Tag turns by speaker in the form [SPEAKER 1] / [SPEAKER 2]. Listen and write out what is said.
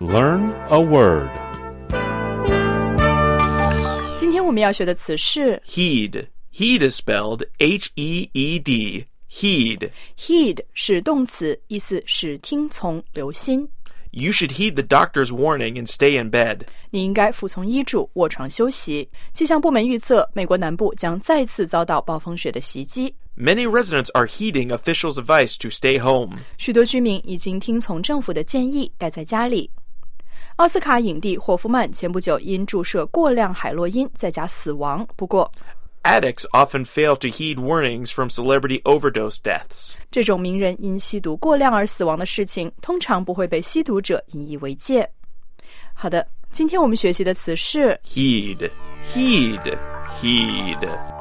[SPEAKER 1] Learn a word.
[SPEAKER 2] 今天我们要学的词是
[SPEAKER 3] Heed. Heed is spelled H E E D. Heed.
[SPEAKER 2] heed，是动词，意思是听从、留心。
[SPEAKER 3] You should heed the doctor's warning and stay in bed.
[SPEAKER 2] 你应该服从医嘱，卧床休息。气象部门预测，美国南部将再次遭到暴风雪的袭击。
[SPEAKER 3] Many residents are heeding officials' advice to stay home.
[SPEAKER 2] 许多居民已经听从政府的建议，待在家里。奥斯卡影帝霍夫曼前不久因注射过量海洛因在家死亡。不过，
[SPEAKER 3] Addicts often fail to heed warnings from celebrity overdose deaths.
[SPEAKER 2] 这种名人因吸毒过量而死亡的事情，通常不会被吸毒者引以为戒。好的，今天我们学习的词是
[SPEAKER 3] Heed. Heed. Heed.